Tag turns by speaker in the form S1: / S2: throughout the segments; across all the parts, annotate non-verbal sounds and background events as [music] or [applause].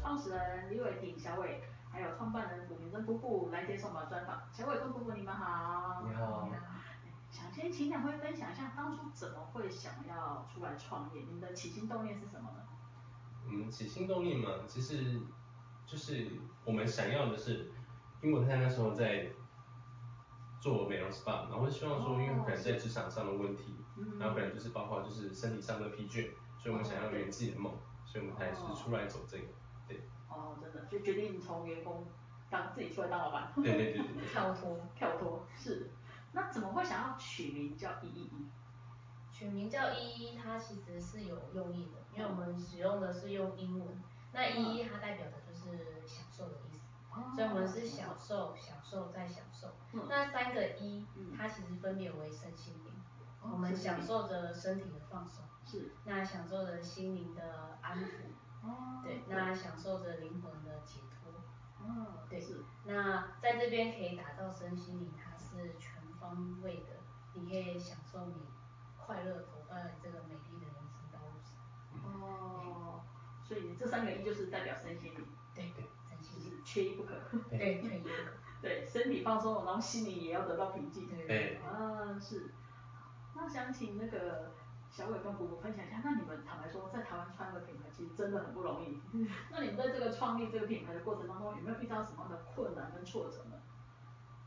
S1: 创始人李伟平、小伟，还有创办人古明珍夫妇来接受我们的专访。小伟跟夫妇你们好。
S2: 你好。
S1: 想先请两位分享一下当初怎么会想要出来创业，你们的起心动念是什么呢？
S2: 我们起心动念嘛，其实就是我们想要的是，因为我太太那时候在做美容 SPA，然后希望说，因为她可能在职场上的问题，
S1: 嗯
S2: 然后可能就是包括就是身体上的疲倦，所以我们想要圆自己的梦，所以我们才是出来走这个，对，
S1: 哦，真的，就决定从员工当自己出来当老板，嗯
S2: 对对对对对，
S3: 跳脱，
S1: 跳脱是。那怎么会想要取名叫一一一？
S3: 取名叫一一，它其实是有用意的，因为我们使用的是用英文，那一
S1: 嗯
S3: 一它代表的就是享受的意思，哦所以我们是享受、享受再享受。
S1: 哦嗯
S3: 那三个一
S1: 嗯，
S3: 它其实分别为身心灵，
S1: 哦
S3: 我们
S1: 身心灵
S3: 享受着身体的放松，
S1: 是
S3: 那享受着心灵的安抚，
S1: 哦
S3: 对，那享受着灵魂的解脱。
S1: 嗯
S3: 对
S1: 是
S3: 那在这边可以打造身心灵，它是全方位的，你可以享受你快乐走在这个美丽的人生道路上。
S1: 哦，所以这三个一就是代表身心灵，
S3: 对
S2: 对，
S3: 真
S1: 就
S3: 心
S1: 是缺一不可。 [laughs]
S3: 对对对
S1: 对，身体放松了，然后心里也要得到平静。 [laughs]
S3: 对
S2: 对哎
S1: 啊，是。那想请那个小伟跟谷谷分享一下，那你们坦白说，在台湾创业的品牌其实真的很不容易。 [laughs] 那你们在这个创立这个品牌的过程当中，有没有遇到什么样的困难跟挫折呢？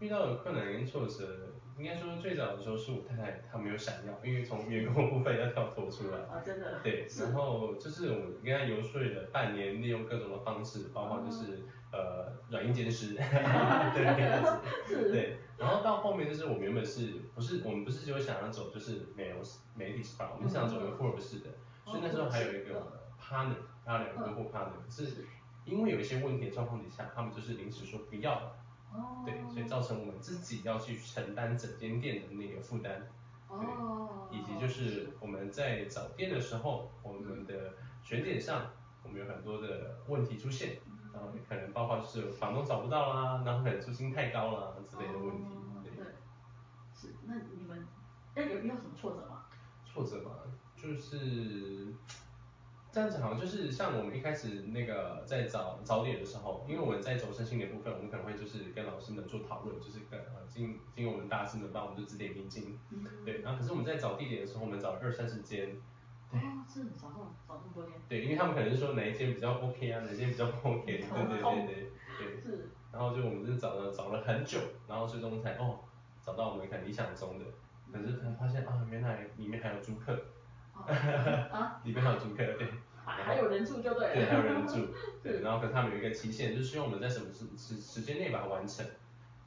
S2: 遇到的困难跟挫折，应该说最早的时候是我太太她没有想要，因为从员工部分要跳脱出来。
S1: [laughs] 啊，真的。
S2: 对，
S1: 是
S2: 然后就是我们跟他游说了半年，利用各种的方式，包括就是、呃软硬兼施，对，这样子
S1: 是
S2: 对。然后到后面就是我们原本是不是我们不是就想要走就是美容美体 SPA，我们想走一个 Forbes 式的，所以那时候还有一个 partner，还有两个客户 partner，是因为有一些问题的状况底下，他们就是临时说不要了，
S1: 哦。
S2: 对，所以造成我们自己要去承担整间店的那个负担。
S1: 哦。
S2: 以及就是我们在找店的时候，我们的选点上，我们有很多的问题出现，
S1: 嗯
S2: 然后可能包括就是房东找不到啦，然后可能租金太高啦之类的问题
S1: 哦，
S2: 对，
S1: 对。是，那你们那有遇到什么挫折吗？
S2: 挫折嘛，就是这样子好像就是像我们一开始那个在找找点的时候，因为我们在走身心的部分，我们可能会就是跟老师们做讨论，就是跟呃经经我们大师们帮我们就指点迷津，
S1: 嗯
S2: 对，然后可是我们在找地点的时候，我们找了二三十间。对
S1: 哦，是找这种找这么多天，
S2: 对，因为他们可能是说哪一间比较 OK 啊，哪一间比较不 OK，对对
S1: 哦
S2: 对对对。
S1: 是
S2: 然后就我们就找了找了很久，然后最终才哦找到我们很理想中的，可是才发现啊，原来里面还有租客， [laughs]
S1: 啊，
S2: 里面还有租客，对，
S1: 还还有人住就对了。
S2: 对，还有人住，
S1: [laughs]
S2: 对，然后可是他们有一个期限，就是希望我们在什么时时时间内把它完成，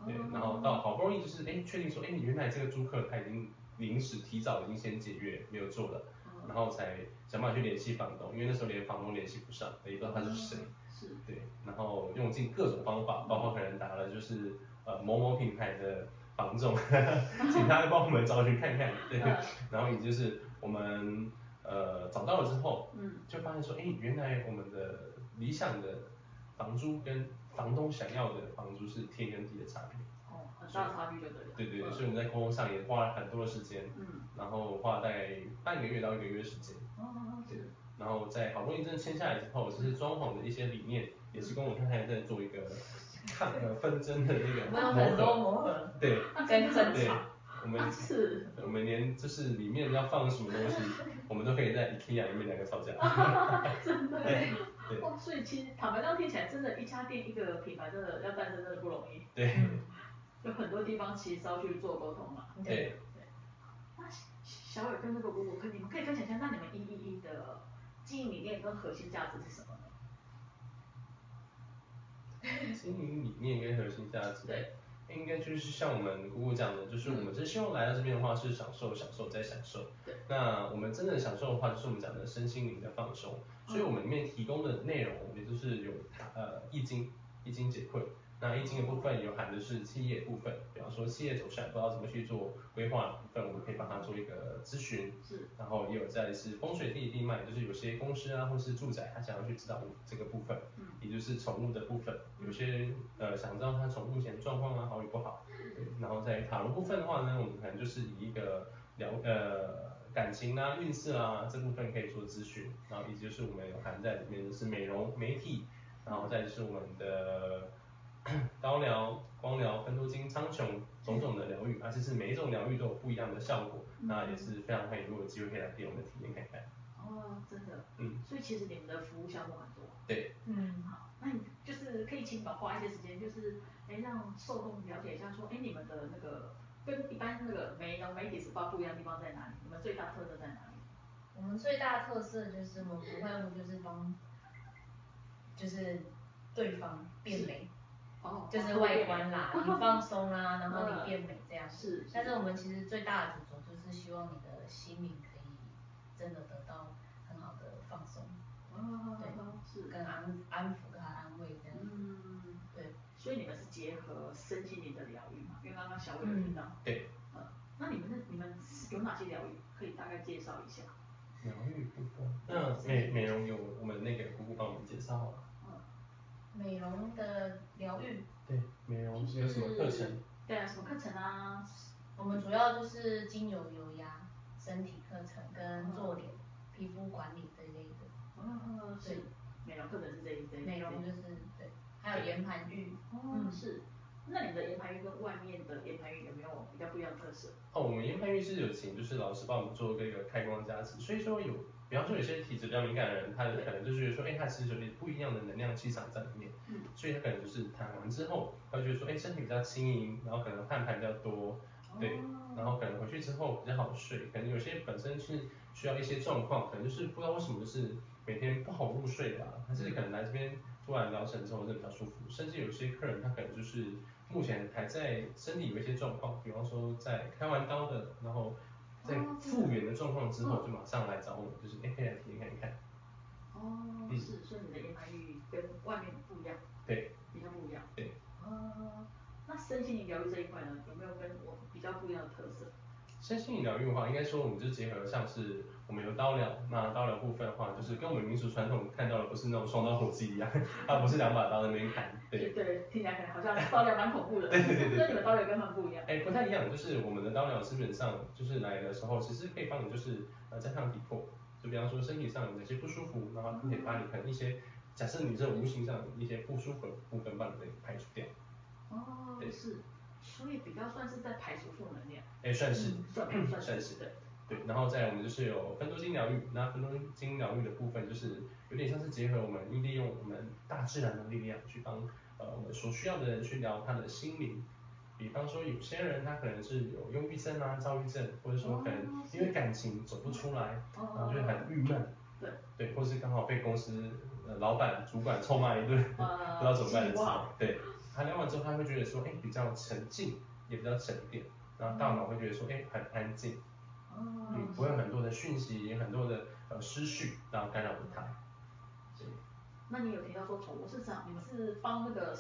S2: 对，
S1: 哦
S2: 然后到好不容易就是哎确定说哎原来这个租客他已经临时提早已经先解约没有做了，
S1: 嗯
S2: 然后才想办法去联系房东，因为那时候连房东联系不上，也不知道他是谁。
S1: 嗯是
S2: 对，然后用尽各种方法，包括可能打了就是呃某某品牌的房仲，请他帮我们找去看看，对，
S1: 嗯
S2: 然后也就是我们呃找到了之后，
S1: 嗯，
S2: 就发现说，哎，原来我们的理想的房租跟房东想要的房租是天跟地的差别，
S1: 哦，很大的差距就对了。
S2: 对对对，所以我们在沟通上也花了很多的时间，
S1: 嗯，
S2: 然后花了大概半个月到一个月时间，
S1: 哦，
S2: 对
S1: 是，
S2: 然后在好不容易真的签下来之后，就是装潢的一些理念，也是跟我太太在做一个抗呃纷争的那个
S3: 我有很多
S2: 磨合。
S3: 磨合
S2: 对
S3: 跟争
S2: 对
S3: 吵，，
S2: 我们
S1: 啊是，
S2: 我们连就是里面要放什么东西，我们都可以在 IKEA 里面两个
S3: [laughs]
S2: 吵架。
S3: 对，
S1: 啊
S2: 对
S1: 哦，所以其实坦白这样听起来，真的，一家店一个品牌真的要诞生真的不容易，
S2: 对
S3: 嗯
S1: 有很多地方其实是要去做沟通嘛。
S2: 对，
S1: 那小伟跟那个姑姑，可你们可以分享一下，那你们一一一的经营理念跟核心价值是什么呢？
S2: 经营理念跟核心价值
S1: 对，嗯
S2: 应该就是像我们姑姑讲的，就是我们是希望来到这边的话是享受、享受再享受。
S1: 对。
S2: 那我们真正享受的话，就是我们讲的身心灵的放
S1: 嗯
S2: 松。所以我们里面提供的内容，也就是有呃易经、易经解困，那易经的部分有含的是企业部分，比方说企业走向不知道怎么去做规划的部分，我们可以帮他做一个咨询。
S1: 是
S2: 然后也有在是风水地理地脉，就是有些公司啊或是住宅，他想要去知道这个部分，
S1: 嗯
S2: 也就是宠物的部分，有些人呃想知道他宠物目前的状况啊好与不好，对，然后在塔罗部分的话呢，我们可能就是以一个聊呃感情啊、运势啊这部分可以做咨询，然后以及就是我们有含在里面的是美容、媒体，然后再就是我们的 [coughs] 高疗、光疗、分多精、苍穹种种的疗愈，而且是每一种疗愈都有不一样的效果，那也是非常欢迎，如果有机会可以来给我们体验看看。
S1: 哦，真的，
S2: 嗯，
S1: 所以其实你们的服务项目很多。
S2: 对，
S3: 嗯，
S1: 好，那你就是可以请宝花一些时间，就是哎让受众了解一下说，哎你们的那个跟一般那个美容媒体 SPA 不一样的地方在哪里？你们最大特色在哪里？
S3: 我们最大的特色就是我们不外乎就是帮，就是对方变美，
S1: 哦
S3: 就是外观 [laughs] 啦，你放松啦，然后你变美这样。
S1: 是是
S3: 但啊是我们其实最大的主轴就是希望你的心灵可以真的得到很好的放松，
S1: 哦，
S3: 对
S1: 是，
S3: 跟安安抚跟安慰这样。
S1: 嗯，
S3: 对，
S1: 所以你们是结合身心灵的疗愈嘛？因为刚刚小伟有提到，
S2: 对，
S3: 嗯
S1: 呃，那你们的你们有哪些疗愈？可以大概介绍一下。
S2: 疗愈部分。那美美容有我们那个姑姑帮我们介绍好了。
S1: 嗯，
S3: 美容的疗愈，
S2: 对，美容有什么课程？
S1: 对啊，什么课程啊？
S3: 我们主要就是精油油压、身体课程跟做脸、皮肤管理这一类的。
S1: 哦，是
S3: 对
S1: 美容课程是这一这一
S3: 美容就是对，还有岩盘浴。
S1: 哦，是。那你们的岩盘浴跟外面的岩盘浴有没有比较不一样的特色？
S2: 哦，我们研判浴室有请就是老师帮我们做这个开光加持，所以说有，比方说有些体质比较敏感的人，他可能就觉得说，哎、他其实有点不一样的能量气场在里面，
S1: 嗯
S2: 所以他可能就是谈完之后，他就觉得说，哎、身体比较轻盈，然后可能汗排比较多，对，然后可能回去之后比较好睡，可能有些本身是需要一些状况，可能就是不知道为什么就是每天不好入睡啊，但是可能来啊这边突然疗程之后就比较舒服，甚至有些客人他可能就是目前还在身体有一些状况，比方说在开完刀的，然后在复原的状况之后就马上来找我们，就是哎可以来体验看一看，
S1: 哦，
S2: 嗯
S1: 是，所以你的岩盘浴跟外面不一样，
S2: 对
S1: 比较不一样。
S2: 对。
S1: 哦，那身心灵疗愈这一块呢，有没有跟我比较不一样的特色？
S2: 身心灵疗愈的话，应该说我们就结合像是我们有刀疗，那刀疗部分的话，就是跟我们民俗传统看到的不是那种双刀火鸡一样， [laughs] 它不是两把刀在那边砍，对。
S1: 对，听起来可能好像刀疗蛮恐怖的，对对对，跟你们刀疗跟他们不一样。
S2: 哎，不太一样，就是我们的刀疗基本上就是来的时候，其实可以帮你就是呃加强体魄，就比方说身体上有哪些不舒服，然后可以把你可能一些假设你这无形上一些不舒服的部分帮你给排除掉，
S1: 哦，
S2: 对
S1: 是，所以比较算是在排除负能量，
S2: 哎，算是、
S1: 嗯
S2: 嗯
S1: 算吧
S2: 算
S1: 算
S2: 是
S1: 是对。
S2: 对，然后再我们就是有分多精疗愈，那分多精疗愈的部分就是有点像是结合我们利用我们大自然的力量去帮呃我们所需要的人去疗他的心灵。比方说，有些人他可能是有忧郁症啊、躁郁症，或者说可能因为感情走不出来，
S1: 哦
S2: 然后就很郁闷，
S1: 对，
S2: 对，或是刚好被公司呃老板、主管臭骂一顿，
S1: 啊
S2: 不知道怎么办的
S1: 希
S2: 时候
S1: 望，
S2: 对，他聊完之后他会觉得说，哎，比较沉静，也比较沉淀，然后大脑会觉得说，哎，很安静，
S1: 哦，
S2: 嗯，不会有很多的讯息，很多的呃思绪，然后干扰着他。对
S1: 那你有提到说宠物是这样，你们是帮那个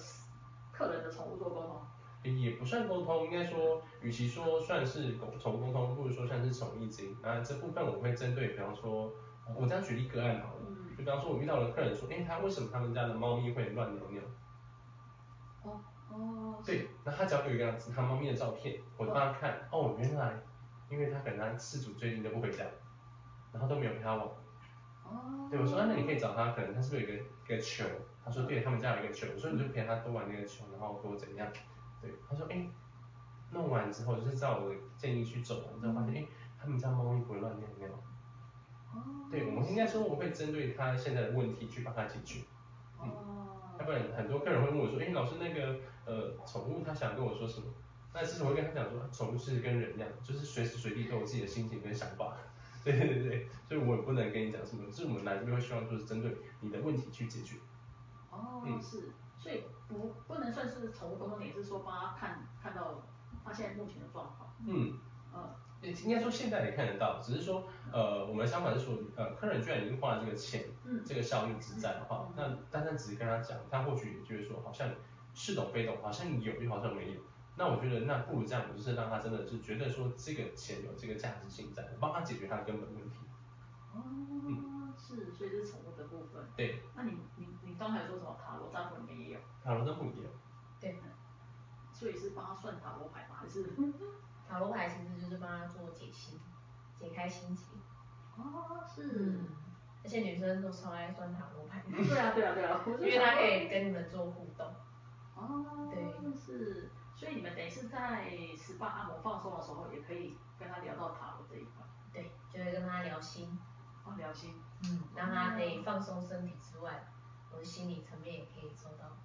S1: 客人的宠物做沟通？
S2: 也不算沟通，应该说，与其说算是狗宠物沟通，不如说算是宠物易经。那这部分我会针对，比方说，呃我这样举例个案好了，
S1: 嗯
S2: 就比方说我遇到了客人说，哎，他为什么他们家的猫咪会乱尿尿？
S1: 哦哦，是嗯
S2: 对，那他只要有一个他猫咪的照片，我帮他看，哦，原来，因为他可能他事主最近都不回家，然后都没有陪他玩。
S1: 哦，
S2: 对，我说、啊、那你可以找他，可能他是不是有一个一个球？他说对，他们家有一个球，我说你就陪他多玩那个球，然后多怎样？对，他说哎、弄完之后就是照我的建议去走完之后，发现哎、他们家猫咪不会乱尿尿。
S1: 哦，
S2: 对，我们应该说我会针对他现在的问题去帮他解决。要
S1: 哦，
S2: 不然很多客人会问我说，哎、老师那个呃宠物它想跟我说什么？那其实我会跟他讲说，宠物其实跟人一样，就是随时随地都有自己的心情跟想法。 [laughs] 对对对，所以我也不能跟你讲什么，就是我们来这边会希望就是针对你的问题去解决。
S1: 哦
S2: 嗯
S1: 是，所以不不能算是宠物沟通，你是说帮他看看到他现在目前的状况，
S2: 嗯，
S1: 嗯，
S2: 也应该说现在也看得到，只是说呃我们的想法是说，呃客人居然已经花了这个钱，
S1: 嗯
S2: 这个效益之在的话，那单单只是跟他讲，他或许也觉得说好像是懂非懂，好像有又好像没有。那我觉得那不如这样，我就是让他真的是觉得说这个钱有这个价值性在，我帮他解决他的根本问题。嗯
S1: 哦，是，所以这是宠物的部分。
S2: 对，
S1: 那你你你刚才说什么塔罗占卜里面也有，
S2: 塔罗占卜也有，
S3: 对，
S1: 所以是帮他算塔罗牌吗？还是？
S2: 嗯
S3: 塔罗牌其实就是帮他做解心，解开心结。
S1: [laughs]
S3: 嗯
S1: 哦，是。
S3: 而且女生都超爱算塔罗牌，
S2: 嗯
S1: 对啊对啊对啊，我
S3: 因
S1: 就
S3: 为
S1: 想
S3: 它
S1: 说
S3: 可以跟你们做互动。
S1: 哦，
S3: 对
S1: 是，所以你们等于是在 SPA 按摩放松的时候，也可以跟他聊到塔罗这一块，
S3: 对，就会跟他聊心，
S1: 哦，聊心，
S3: 嗯，让他可以放松身体之外，我的心理层面也可以做到，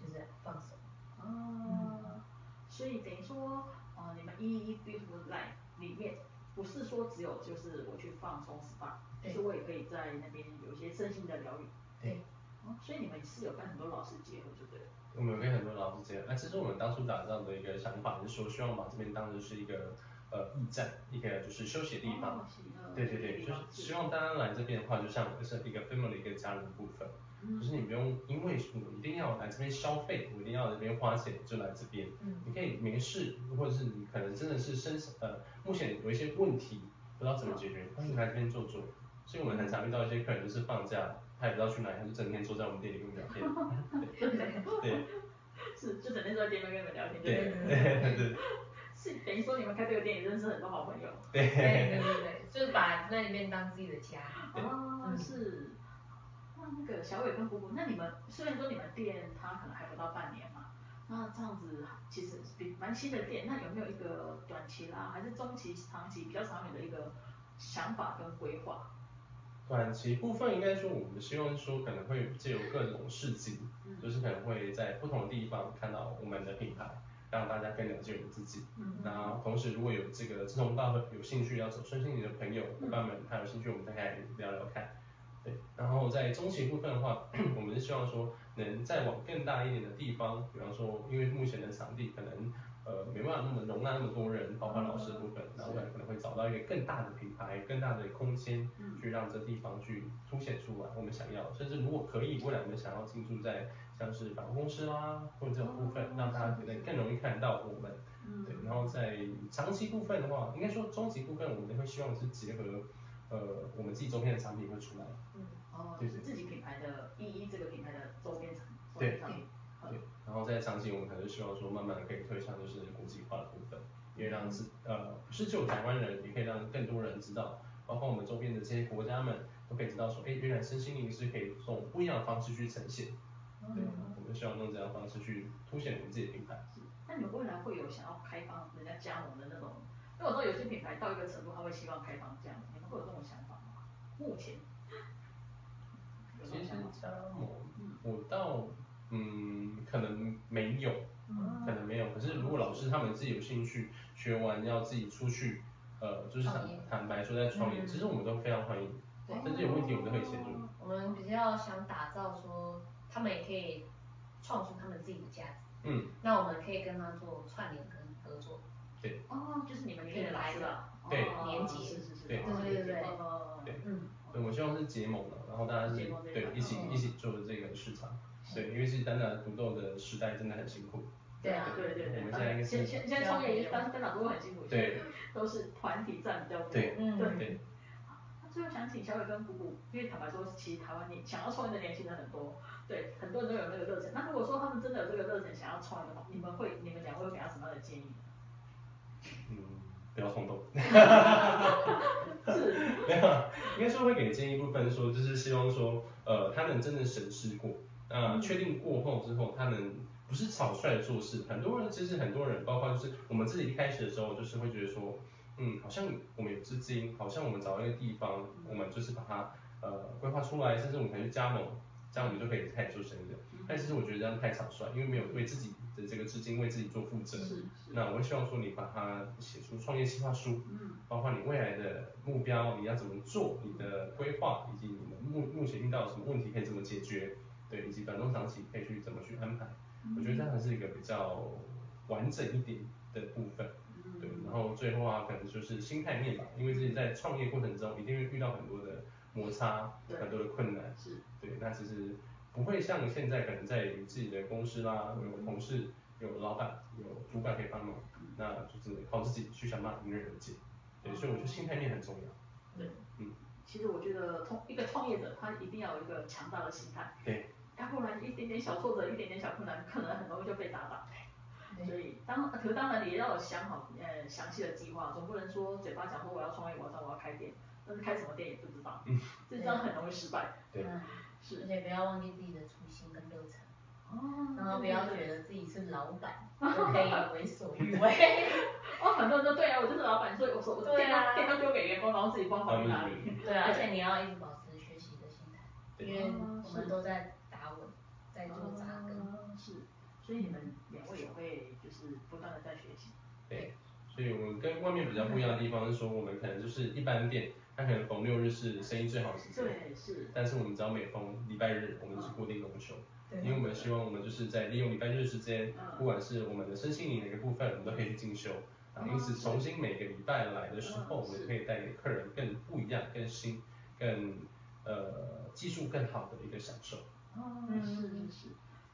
S3: 就是放松。
S1: 哦，所以等于说，呃，你们一一 Beautiful Life 里面，不是说只有就是我去放松 SPA，其
S3: 对
S1: 实我也可以在那边有一些身心的疗愈，
S3: 对，
S1: 哦，所以你们是有跟很多老师结合，对不对了？
S2: 我们有跟很多老师这样，那其实我们当初打造的一个想法就是说，希望把这边当成是一个呃驿站，一个就是休息的地方。
S1: 哦是呃
S2: 对对对，
S1: 地
S2: 就是
S1: 方
S2: 希望大家来这边的话，就像是一个 family 跟家人的部分，
S1: 嗯
S2: 就是 [laughs] 你不用因为我一定要来这边消费，我一定要来这边花钱就来这边，[laughs]
S3: 嗯
S2: 你可以没事，或者是你可能真的是身呃目前有一些问题不知道怎么解决，那你来这边坐坐。所以我们很常遇到一些客人就是放假，他也不知道去哪里，他就整天坐在我们店里跟我们聊天。对
S1: [laughs] 是，就整天坐在店面跟你们聊天，
S2: 对
S1: 对
S2: 对 [laughs] 对对
S1: 是等于说你们开这个店也认识很多好朋友。
S3: 对对对对，就是把那里面当自己的家。
S1: 哦，
S3: 嗯
S1: 是。那那个小伟跟姑姑，那你们虽然说你们店它可能还不到半年嘛，那这样子其实比蛮新的店，那有没有一个短期啦，还是中期、长期比较长远的一个想法跟规划？
S2: 短期部分应该说，我们希望说可能会借由各种事情，
S1: 嗯
S2: 就是可能会在不同的地方看到我们的品牌，让大家更了解我们自己。
S1: 嗯
S2: 然后同时，如果有这个志同道合、有兴趣要走身心灵的朋友伙伴们，他有兴趣，我们再来聊聊看。对，然后在中期部分的话，我们是希望说能再往更大一点的地方，比方说，因为目前的场地可能呃没办法那么容纳那么多人，包括老师的部分，然后我们可能会找到一个更大的品牌、更大的空间，去让这地方去凸显出来我们想要，甚至如果可以，未来我们想要进驻在像是百货公司啦，或者这种部分，让大家可能更容易看到我们。
S1: 嗯
S2: 对，然后在长期部分的话，应该说中期部分，我们会希望是结合呃我们自己周边的产品会出来。
S3: 嗯，
S1: 哦，就
S2: 对
S1: 是自己品牌的一一这个品牌的周边产周
S2: 对
S1: 边商品。
S2: 对，然后在长期我们可能希望说慢慢地可以推向就是国际化的部分，因为让自呃不是只有台湾人，也可以让更多人知道，包括我们周边的这些国家们都可以知道说，哎，原来身心灵是可以用不一样的方式去呈现。对，
S1: 嗯
S2: 我们希望用这样的方式去凸显我们自己的品牌。
S1: 那你们未来会有想要开放人家加盟的那种？因为我知道有些品牌到一个程度，他会希望开放加盟，你们会有这种想法吗？目前有这
S2: 其
S1: 种
S2: 实
S1: 想法吗？
S2: 加盟，我倒嗯可能没有，
S1: 嗯
S3: 嗯
S2: 可能没有。可是如果老师他们自己有兴趣，学完要自己出去，呃，就是坦
S3: 创业
S2: 坦白说在创业，其实我们都非常欢迎，甚至有问题我们都可以协助。
S1: 哦
S3: 我们比较想打造说，他们也可以创出他们自己的价值。
S2: 嗯，
S3: 那我们可以跟他做串联跟合作。
S2: 对
S1: 哦，就是你们里面的老师啊，
S2: 对
S1: 哦
S3: 连结
S1: 是是是，
S2: 对
S1: 哦
S3: 对对对
S1: 哦
S2: 对
S3: 嗯，
S2: 对，我希望是结盟的，然后大家是
S1: 结盟这一
S2: 对
S1: 块
S2: 一起
S1: 嗯
S2: 一起做这个市场，对，因为其实单打独斗的时代真的很辛苦，
S3: 对啊，
S1: 对对对，
S2: 我们现在应该是
S1: 现现现在创业一般分两都很辛苦，
S2: 对，
S1: 都是团体战比较多，
S2: 对
S3: 嗯
S2: 对，
S1: 那最后想请小伟跟姑姑，因为坦白说，其实台湾年想要创业的年轻人很多，对，很多人都有那个热忱。那如果说他们真的有这个热忱想要创业的话，你们会，你们两位会给他什么样的建议呢？
S2: 嗯，不要冲动。
S1: 是，
S2: [laughs] 没有啊，应该说会给建议部分说，就是希望说，呃，他能真的审视过，那、确定过后之后，他能不是草率地做事。很多人其实很多人，包括就是我们自己一开始的时候，就是会觉得说，嗯，好像我们有资金，好像我们找到一个地方，我们就是把它呃规划出来，甚至我们可以去加盟，这样我们就可以开始做生意了。但其实我觉得这样太草率，因为没有为自己的这个资金为自己做负责。
S1: 是
S2: 那我会希望说你把它写出创业计划书，
S1: 嗯，
S2: 包括你未来的目标，你要怎么做，你的规划，以及你们目目前遇到什么问题可以怎么解决，对，以及短中长期可以去怎么去安排。我觉得这样是一个比较完整一点的部分，
S1: 嗯
S2: 对。然后最后啊，可能就是心态面吧，因为自己在创业过程中一定会遇到很多的摩擦，
S1: 对
S2: 很多的困难，
S1: 是，
S2: 对。那其实不会像现在可能在于自己的公司啦，有同事、有老板、有主管可以帮忙，那就是靠自己去想办法迎刃而解。对，所以我觉得心态面很重要。
S3: 对，
S1: 其实我觉得创一个创业者，他一定要有一个强大的心态，
S2: 对，
S1: 要不然一点点小挫折、一点点小困难，可能很容易就被打倒。所
S3: 对，
S1: 以当呃可是当然也要有想好呃详细的计划，总不能说嘴巴讲说我要创业，我要我要开店，但是开什么店也不知道， [laughs] 这样很容易失败。
S2: 对
S3: 嗯，而
S1: 是
S3: 且不要忘记自己的初心跟热忱，
S1: 哦
S3: 然后不要觉得自己是老 [laughs] 板就可以为所欲为。
S1: 哦，很多人都对啊，我就是老板，所以我说我
S3: 对
S1: 店
S3: 啊
S1: 都店都丢给员工，然后自己光跑去哪
S2: 嗯
S1: 里？
S3: 对啊，而且你要一直保持学习的心态，
S2: 对
S3: 因为我们都在打稳，在做扎根。
S1: 哦是，所以你们两位也会就是不断的在学习。
S2: 对，所以我们跟外面比较不一样的地方是说，我们可能就是一般店，它可能逢六日是生意最好的时间，
S1: 对，是。
S2: 但是我们只要每逢礼拜日，我们就是固定公休，因为我们希望我们就是在利用礼拜日的时间，
S1: 嗯
S2: 不管是我们的身心灵哪个部分，我们都可以去进修。啊，因此重新每个礼拜来的时候，
S1: 嗯
S2: 我们
S1: 是
S2: 可以带给客人更不一样、更新、更呃技术更好的一个享受。
S1: 哦，
S3: 嗯
S1: 是是是，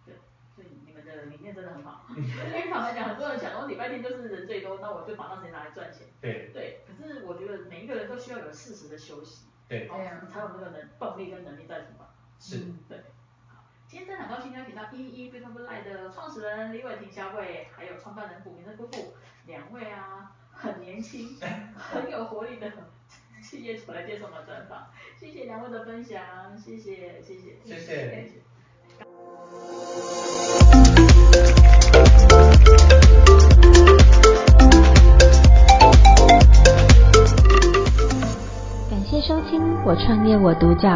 S1: 对，所以你们的理念真的很好。因为坦白讲，很多人想说礼拜天就是人最多，那我就把那时间拿来赚钱。
S2: 对
S1: 对，可是我觉得每一个人都需要有适时的休息，
S2: 对
S1: 然后你才有那个能动力跟能力在什么。
S2: 是，
S3: 嗯
S1: 对。好，今天真的很高兴邀请到一一 Beautiful Light 的创始人李伟霆小伟，还有创办人古明的夫妇，两位啊， [laughs] 很年轻， [laughs] 很有活力的企业主来接受我们的专访。谢谢两位的分享，谢谢，谢谢，
S2: 谢谢。
S4: 感谢收听《我创业我独角》，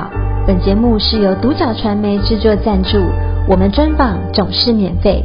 S4: 本节目是由独角传媒制作赞助，我们专访总是免费。